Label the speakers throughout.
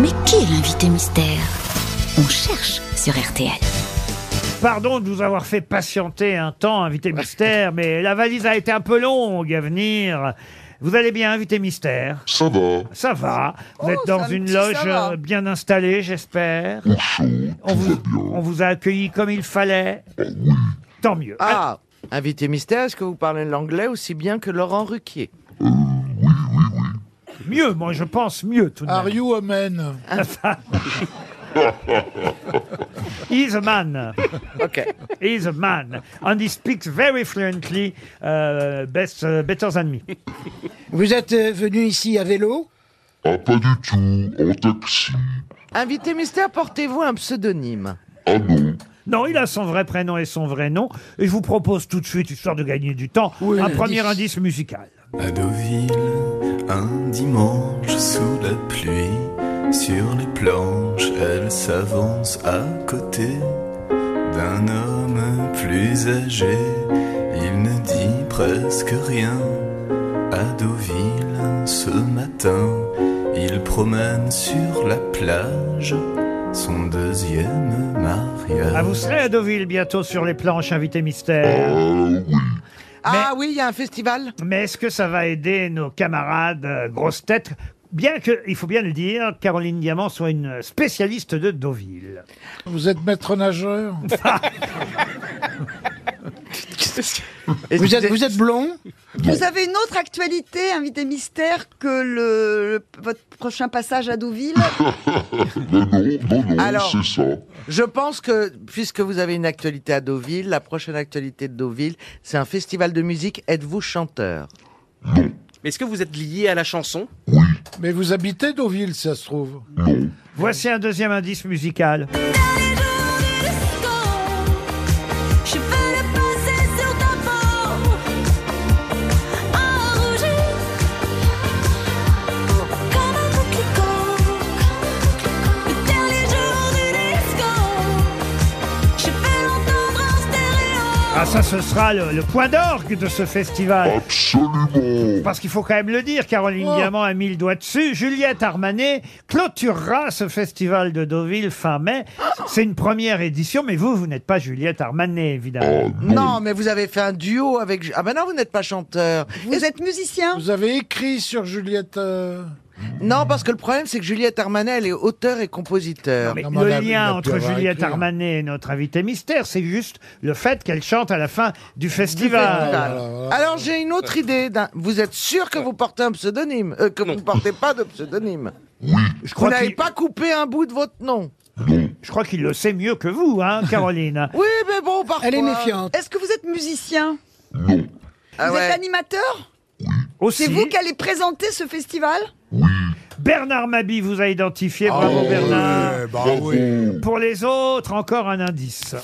Speaker 1: Mais qui est l'invité mystère On cherche sur RTL.
Speaker 2: Pardon de vous avoir fait patienter un temps, invité mystère, mais la valise a été un peu longue à venir. Vous allez bien, invité mystère
Speaker 3: Ça va.
Speaker 2: Ça va. Vous
Speaker 4: Oh,
Speaker 2: êtes dans
Speaker 4: c'est un
Speaker 2: une
Speaker 4: petit
Speaker 2: loge
Speaker 4: ça va.
Speaker 2: euh, bien installée, j'espère. On vous, on vous a accueilli comme il fallait. Tant mieux.
Speaker 4: Ah, invité mystère, est-ce que vous parlez l'anglais aussi bien que Laurent Ruquier
Speaker 2: Ah, mieux, moi je pense mieux tout de
Speaker 4: Ah,
Speaker 5: Are
Speaker 2: même.
Speaker 5: you a man
Speaker 2: He's a man.
Speaker 4: Ok.
Speaker 2: He's a man. And he speaks very fluently, euh, best, euh, better than me.
Speaker 6: Vous êtes euh, venu ici à vélo
Speaker 3: Ah, pas du tout. En taxi.
Speaker 4: invité mystère, portez-vous un pseudonyme
Speaker 3: Ah non.
Speaker 2: Non, il a son vrai prénom et son vrai nom. Et je vous propose tout de suite, histoire de gagner du temps,
Speaker 6: Oui,
Speaker 2: un
Speaker 6: indice.
Speaker 2: premier indice musical.
Speaker 7: À Deauville, un dimanche sous la pluie, sur les planches, elle s'avance à côté d'un homme plus âgé. Il ne dit presque rien. À Deauville, ce matin, il promène sur la plage son deuxième mariage.
Speaker 2: À vous serez à Deauville bientôt sur les planches, invité mystère.
Speaker 3: Ah oui.
Speaker 4: Ah oui, il y a un festival
Speaker 2: Mais est-ce que ça va aider nos camarades euh, grosses têtes Bien que, il faut bien le dire, Caroline Diamant soit une spécialiste de Deauville.
Speaker 5: Vous êtes maître nageur
Speaker 6: vous êtes, vous êtes blond
Speaker 8: Vous avez une autre actualité, invité mystère, que le, le- votre prochain passage à Deauville
Speaker 3: Mais non, non, non,
Speaker 4: Alors-
Speaker 3: c'est ça.
Speaker 4: Je pense que, puisque vous avez une actualité à Deauville, la prochaine actualité de Deauville, c'est un festival de musique. Êtes-vous chanteur
Speaker 9: Mais est-ce que vous êtes lié à la chanson
Speaker 5: Mais vous habitez Deauville, si ça se trouve.
Speaker 3: Non.
Speaker 2: Voici un deuxième indice musical.
Speaker 10: Je veux le poser sur ta peau Enrougi Comme un coquelicot Le dernier jour du disco Je veux l'entendre en stéréo
Speaker 2: Ah, ça, ce sera le, le point d'orgue de ce festival.
Speaker 3: Absolument.
Speaker 2: Parce qu'il faut quand même le dire, Caroline
Speaker 5: Oh.
Speaker 2: Diamant a mis le doigt dessus. Juliette Armanet clôturera ce festival de Deauville fin mai. C'est une première édition, mais vous, vous n'êtes pas Juliette Armanet, évidemment.
Speaker 3: Ah
Speaker 4: Non, mais vous avez fait un duo avec... Ah ben non, vous n'êtes pas chanteur.
Speaker 8: Vous êtes musicien
Speaker 5: Vous avez écrit sur Juliette. euh,
Speaker 4: Non, parce que le problème, c'est que Juliette Armanet, elle est auteur et compositeur.
Speaker 2: Mais
Speaker 5: Non, mais on
Speaker 2: le
Speaker 5: a- il
Speaker 2: lien
Speaker 5: a pu
Speaker 2: entre
Speaker 5: avoir
Speaker 2: Juliette
Speaker 5: écrit, hein.
Speaker 2: Armanet et notre invité mystère, c'est juste le fait qu'elle chante à la fin du festival.
Speaker 4: Festival.
Speaker 5: voilà, voilà.
Speaker 4: Alors j'ai une autre idée. d'un- Vous êtes sûr que vous portez un pseudonyme euh, Que vous ne portez pas de pseudonyme
Speaker 2: Je
Speaker 4: Vous
Speaker 2: crois
Speaker 4: n'avez
Speaker 2: qu'il
Speaker 4: pas coupé un bout de votre nom
Speaker 2: je crois qu'il le sait mieux que vous, hein, Caroline.
Speaker 4: Oui, mais bon, parfois...
Speaker 6: Elle est méfiante.
Speaker 8: Est-ce que vous êtes musicien
Speaker 3: non.
Speaker 4: Ah
Speaker 8: Vous
Speaker 4: ouais.
Speaker 8: êtes animateur
Speaker 2: Aussi,
Speaker 8: C'est vous qui allez présenter ce festival
Speaker 2: Bernard Mabi vous a identifié. Bravo
Speaker 5: Ah, ouais,
Speaker 2: Bernard.
Speaker 5: bah
Speaker 3: Bravo.
Speaker 5: oui.
Speaker 2: Pour les autres, encore un indice.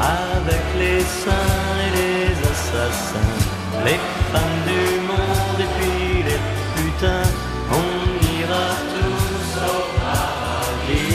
Speaker 7: Avec les saints et les assassins, les femmes du monde et puis les putains, on ira tous au paradis.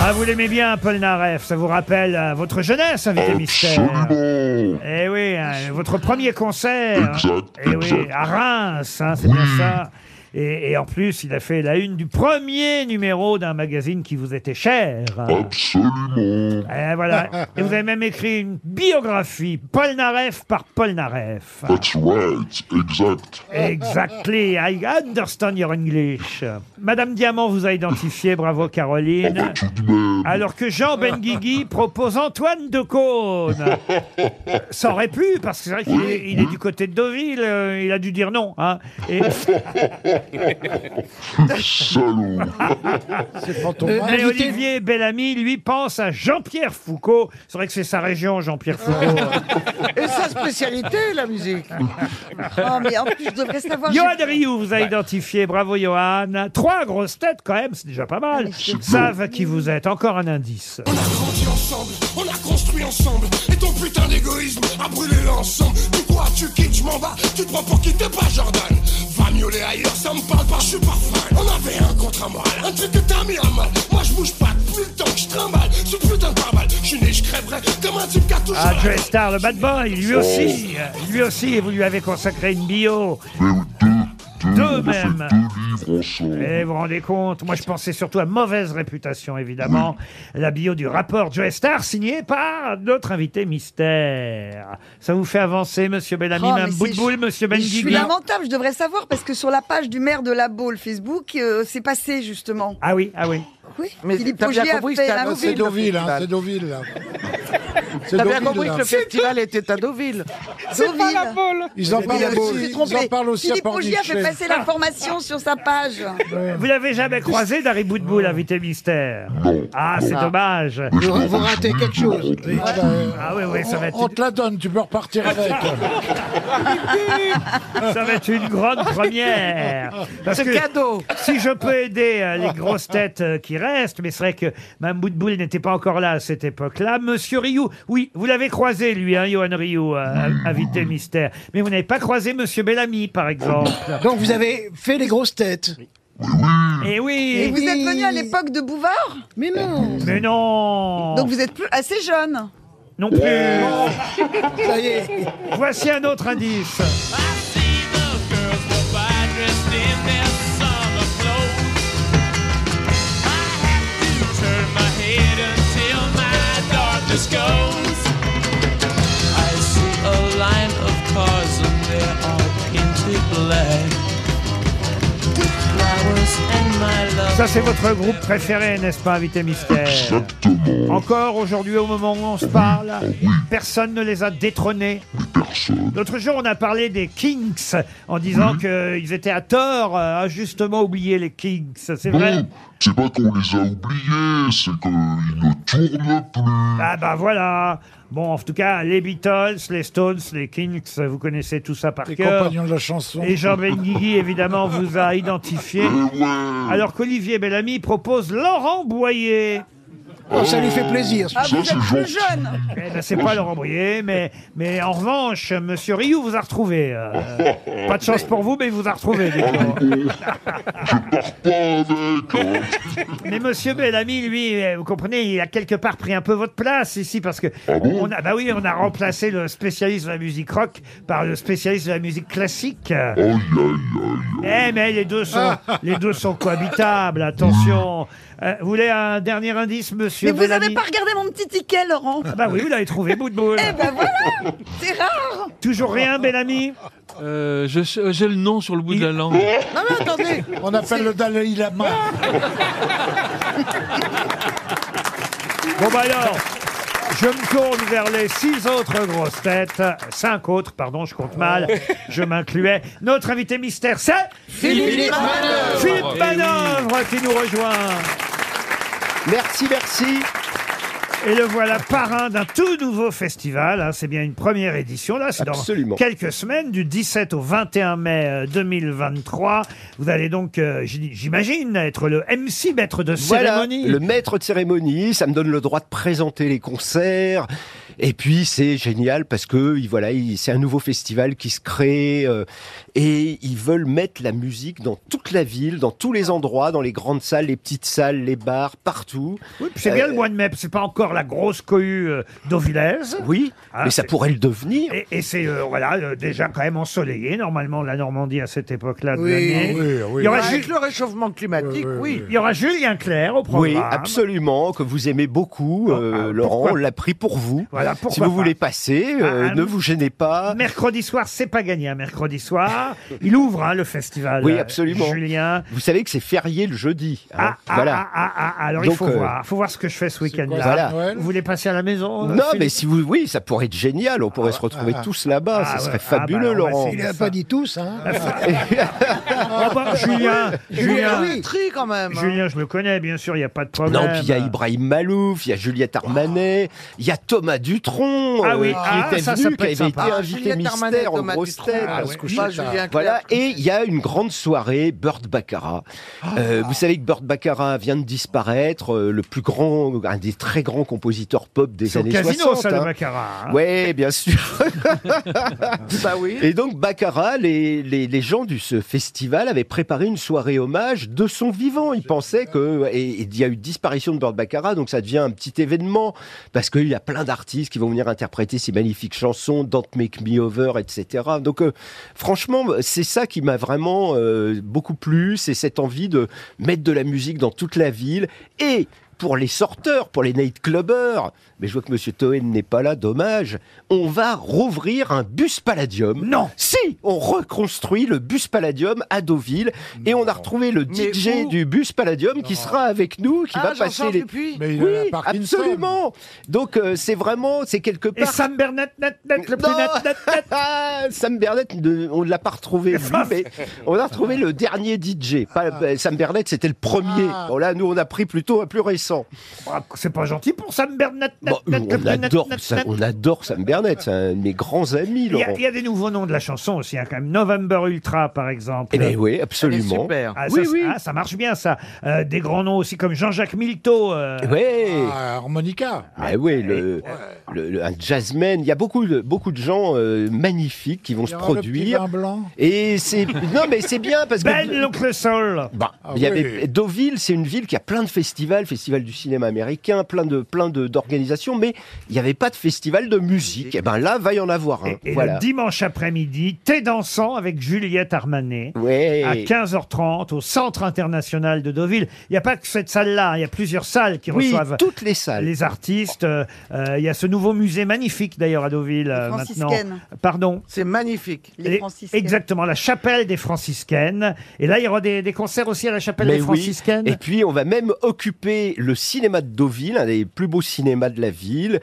Speaker 2: Ah, vous l'aimez bien, Paul Naref. Ça vous rappelle euh, votre jeunesse, invité mystère.
Speaker 3: Absolument.
Speaker 2: Eh oui, hein, votre premier concert.
Speaker 3: Exact,
Speaker 2: Eh oui,
Speaker 3: exact.
Speaker 2: à Reims, hein, c'est bien ça. Et, et en plus, il a fait la une du premier numéro d'un magazine qui vous était cher.
Speaker 3: Oh. Absolument.
Speaker 2: Et voilà. Et vous avez même écrit une biographie, Paul Naref par Paul Naref.
Speaker 3: That's right. Exact.
Speaker 2: Exactly. I understand your English. Madame Diamant vous a identifié. Bravo,
Speaker 3: Ah bah
Speaker 2: Caroline.
Speaker 3: tout de même.
Speaker 2: Alors que Jean Benguigui propose Antoine de Caunes. Ça aurait pu, parce que c'est vrai qu'il est, il est du côté de Deauville, euh, il a dû dire non. hein. Et,
Speaker 3: Salaud.
Speaker 2: Euh, mais Olivier Bellamy, lui, pense à Jean-Pierre Foucault. C'est vrai que c'est sa région, Jean-Pierre Foucault.
Speaker 4: Et sa spécialité, la musique.
Speaker 8: Oh, mais en plus, je devrais savoir.
Speaker 2: Johan
Speaker 8: j'ai-
Speaker 2: Rioux vous a identifié, bravo Johan. Trois grosses têtes quand même, c'est déjà pas mal. Savent qui vous êtes, encore un indice.
Speaker 11: grandi ensemble, on a construit ensemble, et ton putain d'égoïsme a brûlé l'ensemble. Tu crois, tu quittes, je m'en bats, tu te prends pour qui t'es pas Jordan. Va miauler ailleurs, ça me parle pas, je suis pas fan. On avait un contrat moral, un truc que t'as mis à mal. Moi je bouge pas depuis le temps que je trimballe, ce putain de pare Je suis né, je crèverais comme un type qui a toujours
Speaker 2: Ah,
Speaker 11: la
Speaker 2: Joe Star, le bad boy, lui aussi. euh, Lui aussi, et vous lui avez consacré une bio. Deux
Speaker 3: On a fait
Speaker 2: même. Eh.
Speaker 3: deux livres ensemble.
Speaker 2: Et vous vous rendez compte Moi, je pensais surtout à mauvaise réputation, évidemment. La bio du rapport Joe Star, signée par notre invité mystère. Ça vous fait avancer, monsieur Bellamy,
Speaker 8: Oh, mais
Speaker 2: même
Speaker 8: c'est-
Speaker 2: Boutboul, monsieur Ben
Speaker 8: mais Je suis
Speaker 2: Benguigui
Speaker 8: lamentable, je devrais savoir parce que sur la page du maire de la Baule Facebook, euh, c'est passé justement.
Speaker 2: Ah oui, ah oui.
Speaker 8: Oui,
Speaker 4: Mais
Speaker 8: Philippe
Speaker 4: t'as bien
Speaker 8: Augier a
Speaker 4: compris que
Speaker 8: fait
Speaker 4: c'était à
Speaker 8: la
Speaker 4: Deauville,
Speaker 5: C'est
Speaker 8: Deauville.
Speaker 5: Deauville, hein,
Speaker 4: festival.
Speaker 5: c'est Deauville, là. C'est
Speaker 4: T'as bien
Speaker 5: Deauville,
Speaker 4: compris
Speaker 5: là.
Speaker 4: que le festival était à Deauville.
Speaker 8: Deauville.
Speaker 5: Ils en
Speaker 4: Mais
Speaker 5: parlent
Speaker 4: je me
Speaker 5: aussi,
Speaker 4: suis
Speaker 5: ils en parlent aussi à
Speaker 8: Philippe Augier a fait
Speaker 5: Pornichet.
Speaker 8: passer l'information sur sa page.
Speaker 2: Vous l'avez jamais croisé, Dari Boutboul, invité mystère Ah, c'est
Speaker 4: Ah.
Speaker 2: dommage.
Speaker 12: Vous, vous ratez quelque chose. Oui.
Speaker 5: Ah, bah,
Speaker 2: Ah oui, oui, ça va être
Speaker 5: On te la donne, tu peux repartir avec.
Speaker 2: Ça va être une grande première. Parce
Speaker 4: C'est
Speaker 2: que
Speaker 4: cadeau.
Speaker 2: si je peux aider euh, les grosses têtes euh, qui restent, mais c'est vrai que Mme Boutboul n'était pas encore là à cette époque-là. Monsieur Rioux, oui, vous l'avez croisé, lui, hein, Johan Rioux, euh, invité mystère. Mais vous n'avez pas croisé Monsieur Bellamy, par exemple.
Speaker 12: Donc vous avez fait les grosses têtes.
Speaker 2: Eh
Speaker 8: Et
Speaker 2: oui
Speaker 8: vous êtes venu à
Speaker 12: Oui.
Speaker 8: l'époque de Bouvard
Speaker 12: Mais non.
Speaker 2: Mais non
Speaker 8: Donc vous êtes plus assez jeune.
Speaker 2: Non plus
Speaker 12: Ça y est.
Speaker 2: Voici un autre indice.
Speaker 11: goes. I see a line of cars and they are painted black. With flowers and my love.
Speaker 2: Ça, c'est votre groupe préféré, n'est-ce pas, Invité Mystère
Speaker 3: Exactement.
Speaker 2: Encore aujourd'hui, au moment où on se parle, personne ne les a détrônés.
Speaker 3: Personne.
Speaker 2: L'autre jour, on a parlé des Kinks en disant qu'ils étaient à tort, euh, injustement oubliés, les Kinks. C'est vrai
Speaker 3: Bon, c'est pas qu'on les a oubliés, c'est qu'ils ne tournent plus.
Speaker 2: Ah bah voilà Bon, en tout cas, les Beatles, les Stones, les Kinks, vous connaissez tout ça par
Speaker 5: Les
Speaker 2: cœur.
Speaker 5: compagnons de la chanson.
Speaker 2: Et Jean Benguigui, évidemment, vous a identifié.
Speaker 3: Eh ouais.
Speaker 2: Alors qu'Olivier Bellamy propose Laurent Boyer.
Speaker 12: Oh, ça lui fait plaisir.
Speaker 8: Ah,
Speaker 3: Ça,
Speaker 8: vous
Speaker 3: c'est
Speaker 8: êtes plus
Speaker 3: gentil.
Speaker 8: jeune.
Speaker 2: Eh ben, c'est pas Laurent Boyer, mais, mais en revanche, Monsieur Rioux vous a retrouvé. euh, pas de chance pour vous, mais il vous a retrouvé. du coup.
Speaker 3: Pas avec, hein.
Speaker 2: Mais Monsieur Bellamy, lui, euh, vous comprenez, il a quelque part pris un peu votre place ici parce que
Speaker 3: bon
Speaker 2: on a, bah oui, on a remplacé le spécialiste de la musique rock par le spécialiste de la musique classique.
Speaker 3: Aïe, aïe, aïe.
Speaker 2: Eh mais les deux sont, les deux sont cohabitables. Attention. Euh, vous voulez un dernier indice, Monsieur
Speaker 8: Mais vous
Speaker 2: Bellamy
Speaker 8: n'avez pas regardé mon petit ticket, Laurent.
Speaker 2: Ah Bah oui, vous l'avez trouvé, bout de boule.
Speaker 8: Eh ben voilà, c'est rare.
Speaker 2: Toujours rien, Bellamy.
Speaker 13: J'ai le nom sur le bout de la langue.
Speaker 4: Non Ah, mais attendez,
Speaker 5: On appelle le Dalai Lama.
Speaker 2: Bon bah alors, je me tourne vers les six autres grosses têtes, cinq autres, pardon, je compte mal, je m'incluais. Notre invité mystère, c'est
Speaker 4: Philippe Manœuvre. Eh
Speaker 2: Philippe Manœuvre qui nous rejoint.
Speaker 4: Merci, merci.
Speaker 2: Et le voilà parrain d'un tout nouveau festival. hein. C'est bien une première édition. Là, c'est dans
Speaker 7: Absolument.
Speaker 2: quelques semaines, du 17 au 21 mai euh, 2023. Vous allez donc, euh, j- j'imagine, être le MC maître de
Speaker 7: Voilà,
Speaker 2: cérémonie.
Speaker 7: le maître de cérémonie, ça me donne le droit de présenter les concerts. Et puis c'est génial parce que il- voilà, il- c'est un nouveau festival qui se crée euh, et ils veulent mettre la musique dans toute la ville, dans tous les endroits, dans les grandes salles, les petites salles, les bars, partout.
Speaker 2: Oui, puis c'est bien
Speaker 7: Euh,
Speaker 2: le mois de mai. C'est pas encore la grosse cohue euh, d'Auvillaise.
Speaker 7: Oui,
Speaker 2: Ah,
Speaker 7: mais ça
Speaker 2: c'est-
Speaker 7: pourrait le devenir.
Speaker 2: Et, et c'est euh, voilà euh, déjà quand même ensoleillé normalement la Normandie à cette époque-là de
Speaker 4: Oui,
Speaker 2: l'année.
Speaker 5: oui, oui.
Speaker 2: Il y aura
Speaker 4: Avec
Speaker 2: Ju-
Speaker 4: le réchauffement climatique,
Speaker 11: Euh,
Speaker 4: oui.
Speaker 2: il y aura Julien Clerc au programme.
Speaker 7: Oui, absolument, que vous aimez beaucoup, euh,
Speaker 2: ah,
Speaker 7: Laurent,
Speaker 2: pourquoi-
Speaker 7: on l'a pris pour vous.
Speaker 2: Voilà,
Speaker 7: si
Speaker 2: pourquoi
Speaker 7: vous
Speaker 2: pas.
Speaker 7: voulez passer, euh,
Speaker 2: Ah,
Speaker 7: ne
Speaker 2: ah,
Speaker 7: vous gênez pas.
Speaker 2: Mercredi soir, c'est pas gagné. hein, mercredi soir, il ouvre hein, le festival.
Speaker 7: Oui,
Speaker 2: euh,
Speaker 7: absolument.
Speaker 2: Julien.
Speaker 7: Vous savez que c'est férié le jeudi. hein.
Speaker 2: Ah, ah,
Speaker 7: voilà.
Speaker 2: ah, ah, ah, alors il
Speaker 7: Donc,
Speaker 2: faut
Speaker 7: euh,
Speaker 2: voir, faut voir ce que je fais ce week-end-là.
Speaker 7: Voilà.
Speaker 5: Noël
Speaker 2: Vous voulez passer à la maison euh,
Speaker 11: Non,
Speaker 2: Philippe
Speaker 11: mais si vous, oui, ça pourrait être génial. On pourrait se retrouver
Speaker 2: ah.
Speaker 11: tous là-bas.
Speaker 2: Ah,
Speaker 11: ça
Speaker 2: ouais.
Speaker 11: serait
Speaker 2: Ah, bah,
Speaker 11: fabuleux,
Speaker 2: alors, on va
Speaker 11: Laurent.
Speaker 2: essayer
Speaker 6: Il n'a pas dit tous, hein.
Speaker 2: Ah bah, Julien, Julien,
Speaker 4: tri quand même. hein.
Speaker 2: Julien, je le connais, bien sûr, il n'y a pas de problème.
Speaker 11: Non, puis il y a Ibrahim Malouf, il y a Juliette Armanet, il y a Thomas Dutronc,
Speaker 2: Oh.
Speaker 11: euh,
Speaker 2: Ah oui,
Speaker 11: qui
Speaker 2: ah,
Speaker 11: était
Speaker 2: ça, ça
Speaker 11: venu,
Speaker 2: peut
Speaker 11: qui
Speaker 2: être
Speaker 11: avait
Speaker 2: sympa.
Speaker 11: été
Speaker 2: Ah,
Speaker 11: invité
Speaker 4: Juliette Armanet,
Speaker 11: mystère en
Speaker 4: Thomas
Speaker 11: grosse
Speaker 4: Dutronc,
Speaker 11: tête.
Speaker 4: ah
Speaker 11: à se
Speaker 4: ouais.
Speaker 11: coucher
Speaker 4: Pas
Speaker 11: tard.
Speaker 4: Julien Clerc,
Speaker 11: voilà,
Speaker 4: tout
Speaker 11: et il y a une grande soirée, Burt Baccarat.
Speaker 2: Ah.
Speaker 11: Euh, vous savez que Burt Baccarat vient de disparaître, euh, le plus grand, un des très grands compositeurs pop des
Speaker 2: C'est au
Speaker 11: années
Speaker 2: casino,
Speaker 11: 60.
Speaker 2: ça, le
Speaker 11: hein.
Speaker 2: Baccarat, hein.
Speaker 11: Ouais, bien sûr.
Speaker 4: Bah oui.
Speaker 11: Et donc, Baccarat, les, les, les gens du ce festival avaient préparé une soirée hommage de son vivant. Ils pensaient que. Et et il y a eu disparition de Bird Baccarat, donc ça devient un petit événement. Parce qu'il y a plein d'artistes qui vont venir interpréter ces magnifiques chansons, Don't Make Me Over, etc. Donc, euh, franchement, c'est ça qui m'a vraiment euh, beaucoup plu. C'est cette envie de mettre de la musique dans toute la ville. Et. Pour les sorteurs, pour les nightclubbers, mais je vois que Monsieur Toen n'est pas là, dommage. On va rouvrir un bus Palladium.
Speaker 2: Non.
Speaker 11: Si, on reconstruit le bus Palladium à Deauville et on a retrouvé le
Speaker 4: Mais
Speaker 11: DJ
Speaker 4: où
Speaker 11: du bus Palladium qui sera avec nous, qui
Speaker 4: Ah,
Speaker 11: va
Speaker 4: Jean-Charles
Speaker 11: passer les.
Speaker 4: Dupuis
Speaker 5: Mais il a
Speaker 11: Oui,
Speaker 5: la Parkinson.
Speaker 11: absolument. Donc euh, c'est vraiment, c'est quelque
Speaker 2: Et
Speaker 11: part.
Speaker 2: Sam Bernet, net, net, le plus
Speaker 11: Non.
Speaker 2: net, net, net.
Speaker 11: Ah, Sam Bernet, ne- on ne l'a pas retrouvé, lui, mais on a retrouvé le dernier DJ. Pas- bah, Sam Bernet, c'était le premier.
Speaker 5: Ah.
Speaker 11: Bon, là, nous, on a pris plutôt un plus récent.
Speaker 2: Ah, C'est pas gentil pour Sam Bernet, net,
Speaker 11: Bon,
Speaker 2: net, le
Speaker 11: Bah, on,
Speaker 2: plus net,
Speaker 11: adore,
Speaker 2: net,
Speaker 11: Sam-
Speaker 2: net.
Speaker 11: on adore Sam Bernet, c'est un de mes grands amis,
Speaker 2: Il y, a,
Speaker 11: Laurent.
Speaker 2: il y a des nouveaux noms de la chanson aussi, hein, quand même. November Ultra, par exemple.
Speaker 11: Eh bien, oui,
Speaker 4: Elle est
Speaker 11: absolument.
Speaker 4: super.
Speaker 2: Ah, ça,
Speaker 11: Oui,
Speaker 2: c'est-
Speaker 11: oui.
Speaker 2: ah, ça marche bien, ça. Euh, des grands noms aussi comme Jean-Jacques Milteau. euh,
Speaker 11: Eh ben, Ouais.
Speaker 5: Ah, harmonica.
Speaker 11: Ah oui, le, le- le- un jazzman. Il y a beaucoup de, beaucoup de gens euh, magnifiques qui vont
Speaker 5: Il y
Speaker 11: se
Speaker 5: aura le petit
Speaker 11: produire.
Speaker 5: vin blanc.
Speaker 11: Et c'est non mais c'est bien parce que
Speaker 2: Ben l'oncle Sol.
Speaker 11: Bah,
Speaker 5: Ah
Speaker 11: il y
Speaker 5: oui.
Speaker 11: avait Deauville, c'est une ville qui a plein de festivals, festival du cinéma américain, plein de plein de d'organisations, mais il n'y avait pas de festival de musique. Et ben là, va y en avoir un.
Speaker 2: Et, et
Speaker 11: voilà.
Speaker 2: le dimanche après-midi, T'es dansant avec Juliette Armanet.
Speaker 11: Ouais.
Speaker 2: à 15h30 au Centre international de Deauville. Il n'y a pas que cette salle-là, hein, il y a plusieurs salles qui
Speaker 11: Oui,
Speaker 2: reçoivent
Speaker 11: toutes les salles.
Speaker 2: les artistes. Euh, euh, Il y a ce nouveau musée magnifique d'ailleurs à Deauville euh, maintenant.
Speaker 8: franciscaines.
Speaker 2: Pardon
Speaker 4: C'est magnifique.
Speaker 8: Les
Speaker 2: Les-
Speaker 8: franciscaines.
Speaker 2: Exactement, la chapelle des franciscaines. Et là, il y aura des, des concerts aussi à la chapelle
Speaker 11: Mais
Speaker 2: des
Speaker 11: oui.
Speaker 2: franciscaines.
Speaker 11: Et puis, on va même occuper le cinéma de Deauville, un des plus beaux cinémas de la ville.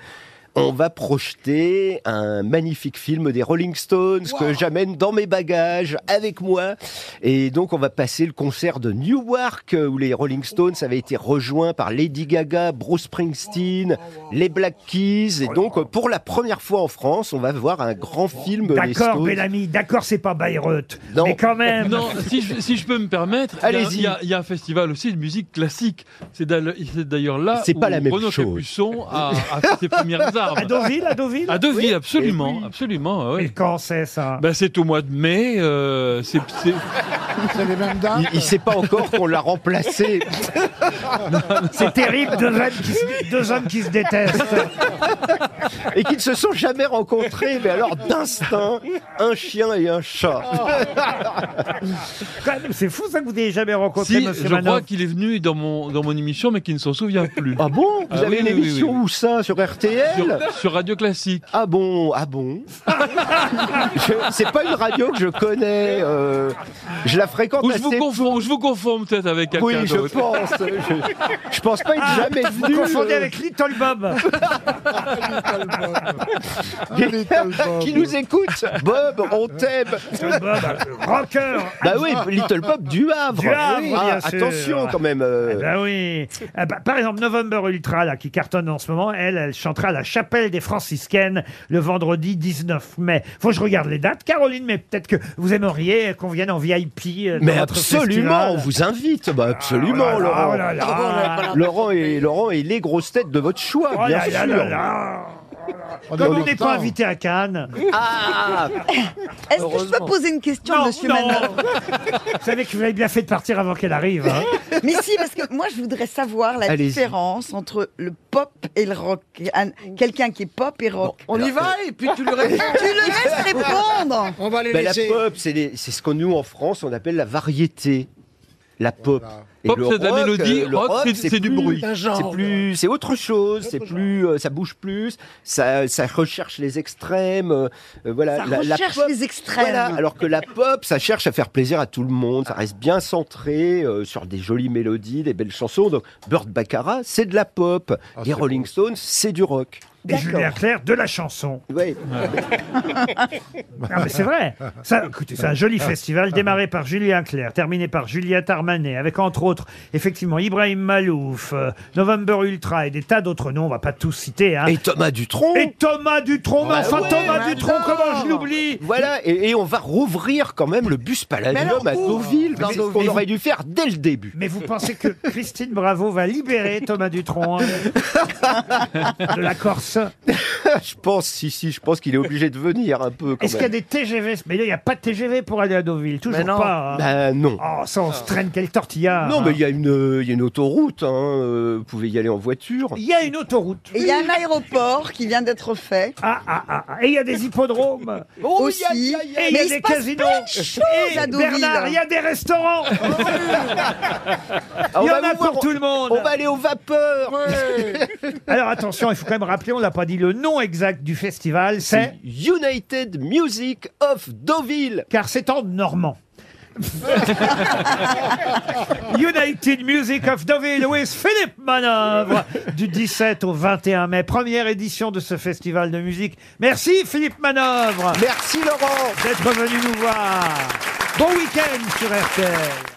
Speaker 11: On va projeter un magnifique film des Rolling Stones que j'amène dans mes bagages avec moi. Et donc, on va passer le concert de Newark euh, où les Rolling Stones avaient été rejoints par Lady Gaga, Bruce Springsteen, les Black Keys. Et donc, euh, pour la première fois en France, on va voir un grand film des
Speaker 2: D'accord,
Speaker 11: Stones.
Speaker 2: Bellamy, d'accord, c'est pas Bayreuth.
Speaker 11: Non.
Speaker 2: Mais quand même.
Speaker 14: Non, si je, si je peux me permettre, il y a-
Speaker 11: Allez-y.
Speaker 14: il y, a- il y a un festival aussi de musique classique. C'est d'ailleurs- c'est d'ailleurs là
Speaker 11: C'est pas
Speaker 14: où
Speaker 11: la même
Speaker 14: Renaud
Speaker 11: chose.
Speaker 14: Capuçon a, a fait ses premières armes.
Speaker 2: À Deauville, à Deauville.
Speaker 14: À Deauville, absolument, absolument. ouais.
Speaker 2: Mais quand c'est ça
Speaker 14: Ben, c'est au mois de mai. euh, c'est- c'est-
Speaker 5: C'est les mêmes dames.
Speaker 11: Il ne sait pas encore qu'on l'a remplacé.
Speaker 2: C'est terrible, deux hommes, qui se, deux hommes qui se détestent.
Speaker 11: et qui ne se sont jamais rencontrés, mais alors d'instinct, un chien et un chat.
Speaker 14: Oh.
Speaker 2: Quand même, C'est fou ça que vous n'ayez jamais rencontré,
Speaker 14: si,
Speaker 2: monsieur
Speaker 14: je crois
Speaker 2: Manoff.
Speaker 14: qu'il est venu dans mon, dans mon émission, mais qu'il ne s'en souvient plus.
Speaker 11: Ah bon Vous
Speaker 14: Ah
Speaker 11: avez
Speaker 14: oui,
Speaker 11: une
Speaker 14: oui, oui,
Speaker 11: émission
Speaker 14: oui.
Speaker 11: où ça Sur RTL
Speaker 14: Sur, sur Radio Classique.
Speaker 11: Ah bon Ah bon Je- C'est pas une radio que je connais. euh, je la fréquente
Speaker 14: Ou je
Speaker 11: assez
Speaker 14: vous confonds, je vous confonds peut-être avec
Speaker 11: Oui,
Speaker 14: quelqu'un
Speaker 11: je
Speaker 14: d'autre. Ah,
Speaker 11: pense. Je, je pense pas être jamais
Speaker 2: Vous
Speaker 11: venu.
Speaker 2: confondez
Speaker 11: euh,
Speaker 2: avec Little Bob.
Speaker 11: qui nous écoute Bob, on t'aime.
Speaker 2: Little Bob, rocker.
Speaker 11: Bah oui, Little Bob du Havre.
Speaker 2: Du Havre,
Speaker 11: Oui.
Speaker 2: bien
Speaker 11: Ah,
Speaker 2: sûr.
Speaker 11: attention quand même. euh,
Speaker 2: Ah bah oui. Ah bah, par exemple, November Ultra, là, qui cartonne en ce moment, elle, elle chantera à la chapelle des franciscaines le vendredi 19 mai. Faut que je regarde les dates, Caroline, mais peut-être que vous aimeriez qu'on vienne en VIP. euh, dans
Speaker 11: Mais
Speaker 2: votre
Speaker 11: absolument,
Speaker 2: festival.
Speaker 11: on vous invite. Bah absolument,
Speaker 2: Oh là là,
Speaker 11: Laurent.
Speaker 2: oh là là.
Speaker 11: Laurent et Laurent et les grosses têtes de votre choix,
Speaker 2: Oh
Speaker 11: bien
Speaker 2: là là
Speaker 11: sûr.
Speaker 2: là là. Comme on n'est pas invité à Cannes.
Speaker 11: Ah,
Speaker 8: Est-ce que je peux poser une question,
Speaker 2: Non,
Speaker 8: monsieur
Speaker 2: non.
Speaker 8: Manon
Speaker 2: Vous savez que vous avez bien fait de partir avant qu'elle arrive. hein.
Speaker 8: Mais si, parce que moi, je voudrais savoir la
Speaker 11: Allez-y.
Speaker 8: différence entre le pop et le rock. Un- Quelqu'un qui est pop et rock.
Speaker 4: On y va
Speaker 11: euh,
Speaker 4: et puis tu le réponds.
Speaker 8: Tu le laisses répondre
Speaker 6: On va les
Speaker 11: Bah, la
Speaker 6: laisser.
Speaker 11: pop, c'est les- c'est ce qu'on nous en France on appelle la variété. la pop. Et
Speaker 14: Pop,
Speaker 11: le
Speaker 14: c'est de la
Speaker 11: rock,
Speaker 14: mélodie,
Speaker 11: euh, le
Speaker 14: rock, c'est- c'est du
Speaker 11: plus-
Speaker 14: bruit. Oh C'est un genre,
Speaker 11: C'est plus, c'est autre chose. C'est plus, euh, ça bouge plus. Ça, ça recherche les extrêmes. euh, euh, voilà.
Speaker 8: Ça
Speaker 11: la- la
Speaker 8: recherche
Speaker 11: pop-
Speaker 8: les extrêmes.
Speaker 11: Voilà, alors que la pop, ça cherche à faire plaisir à tout le monde. Ça reste bien centré euh, sur des jolies mélodies, des belles chansons. Donc, Burt Baccarat, c'est de la pop. les Rolling Stones, c'est du rock.
Speaker 2: Ah, Et Julien Clerc, de la chanson.
Speaker 11: Oui.
Speaker 2: Ah, mais c'est vrai. Ça, écoutez, c'est un joli festival démarré par Julien Clerc, terminé par Juliette Armanet, avec entre autres, effectivement, Ibrahim Malouf, euh, November Ultra et des tas d'autres noms. On va pas tous citer. hein.
Speaker 11: Et Thomas Dutronc.
Speaker 2: Et Thomas Dutronc. mais
Speaker 11: Bah
Speaker 2: enfin,
Speaker 11: ouais,
Speaker 2: Thomas
Speaker 11: mais
Speaker 2: Dutronc,
Speaker 11: attends.
Speaker 2: comment je l'oublie
Speaker 11: Voilà, et, et on va rouvrir quand même le bus
Speaker 2: Mais alors,
Speaker 11: Palladium à
Speaker 2: où
Speaker 11: Deauville,
Speaker 2: Dans
Speaker 11: c'est ce qu'on
Speaker 2: Deauville.
Speaker 11: aurait dû faire dès le début.
Speaker 2: Mais vous pensez que Christine Bravo va libérer Thomas Dutronc hein, de la Corse
Speaker 11: Ah, je pense, si, si, je pense qu'il est obligé de venir un peu. Quand
Speaker 2: Est-ce qu'il y a
Speaker 11: même.
Speaker 2: des TGV Mais là, il n'y a pas de TGV pour aller à Deauville, toujours
Speaker 11: non.
Speaker 2: pas. hein.
Speaker 11: Bah, non.
Speaker 2: Oh, ça, on se traîne quelle tortilla
Speaker 11: Non,
Speaker 2: hein.
Speaker 11: mais il y, a une, euh, il y a une autoroute, hein, euh, vous pouvez y aller en voiture.
Speaker 2: Il y a une autoroute.
Speaker 8: Et il y a un aéroport qui vient d'être fait.
Speaker 2: Ah, ah, ah, ah. Et il y a des hippodromes.
Speaker 8: Aussi.
Speaker 2: Et il Oh, y
Speaker 8: Mais
Speaker 2: a
Speaker 8: il se
Speaker 2: des
Speaker 8: passe
Speaker 2: casinos.
Speaker 8: plein de choses
Speaker 2: Et
Speaker 8: à Deauville.
Speaker 2: Bernard, il y a des restaurants.
Speaker 11: Ah, on
Speaker 2: Il y
Speaker 11: va
Speaker 2: en a
Speaker 11: vous voir,
Speaker 2: pour tout le monde.
Speaker 11: On va aller aux vapeurs
Speaker 2: Alors attention, il faut quand même rappeler, on n'a pas dit le nom exact du festival, c'est...
Speaker 11: United Music of Deauville
Speaker 2: Car c'est en normand. United Music of Deauville with Philippe Manœuvre du 17 au 21 mai, première édition de ce festival de musique. Merci Philippe Manœuvre
Speaker 11: Merci Laurent
Speaker 2: d'être venu nous voir. Bon week-end sur RTL.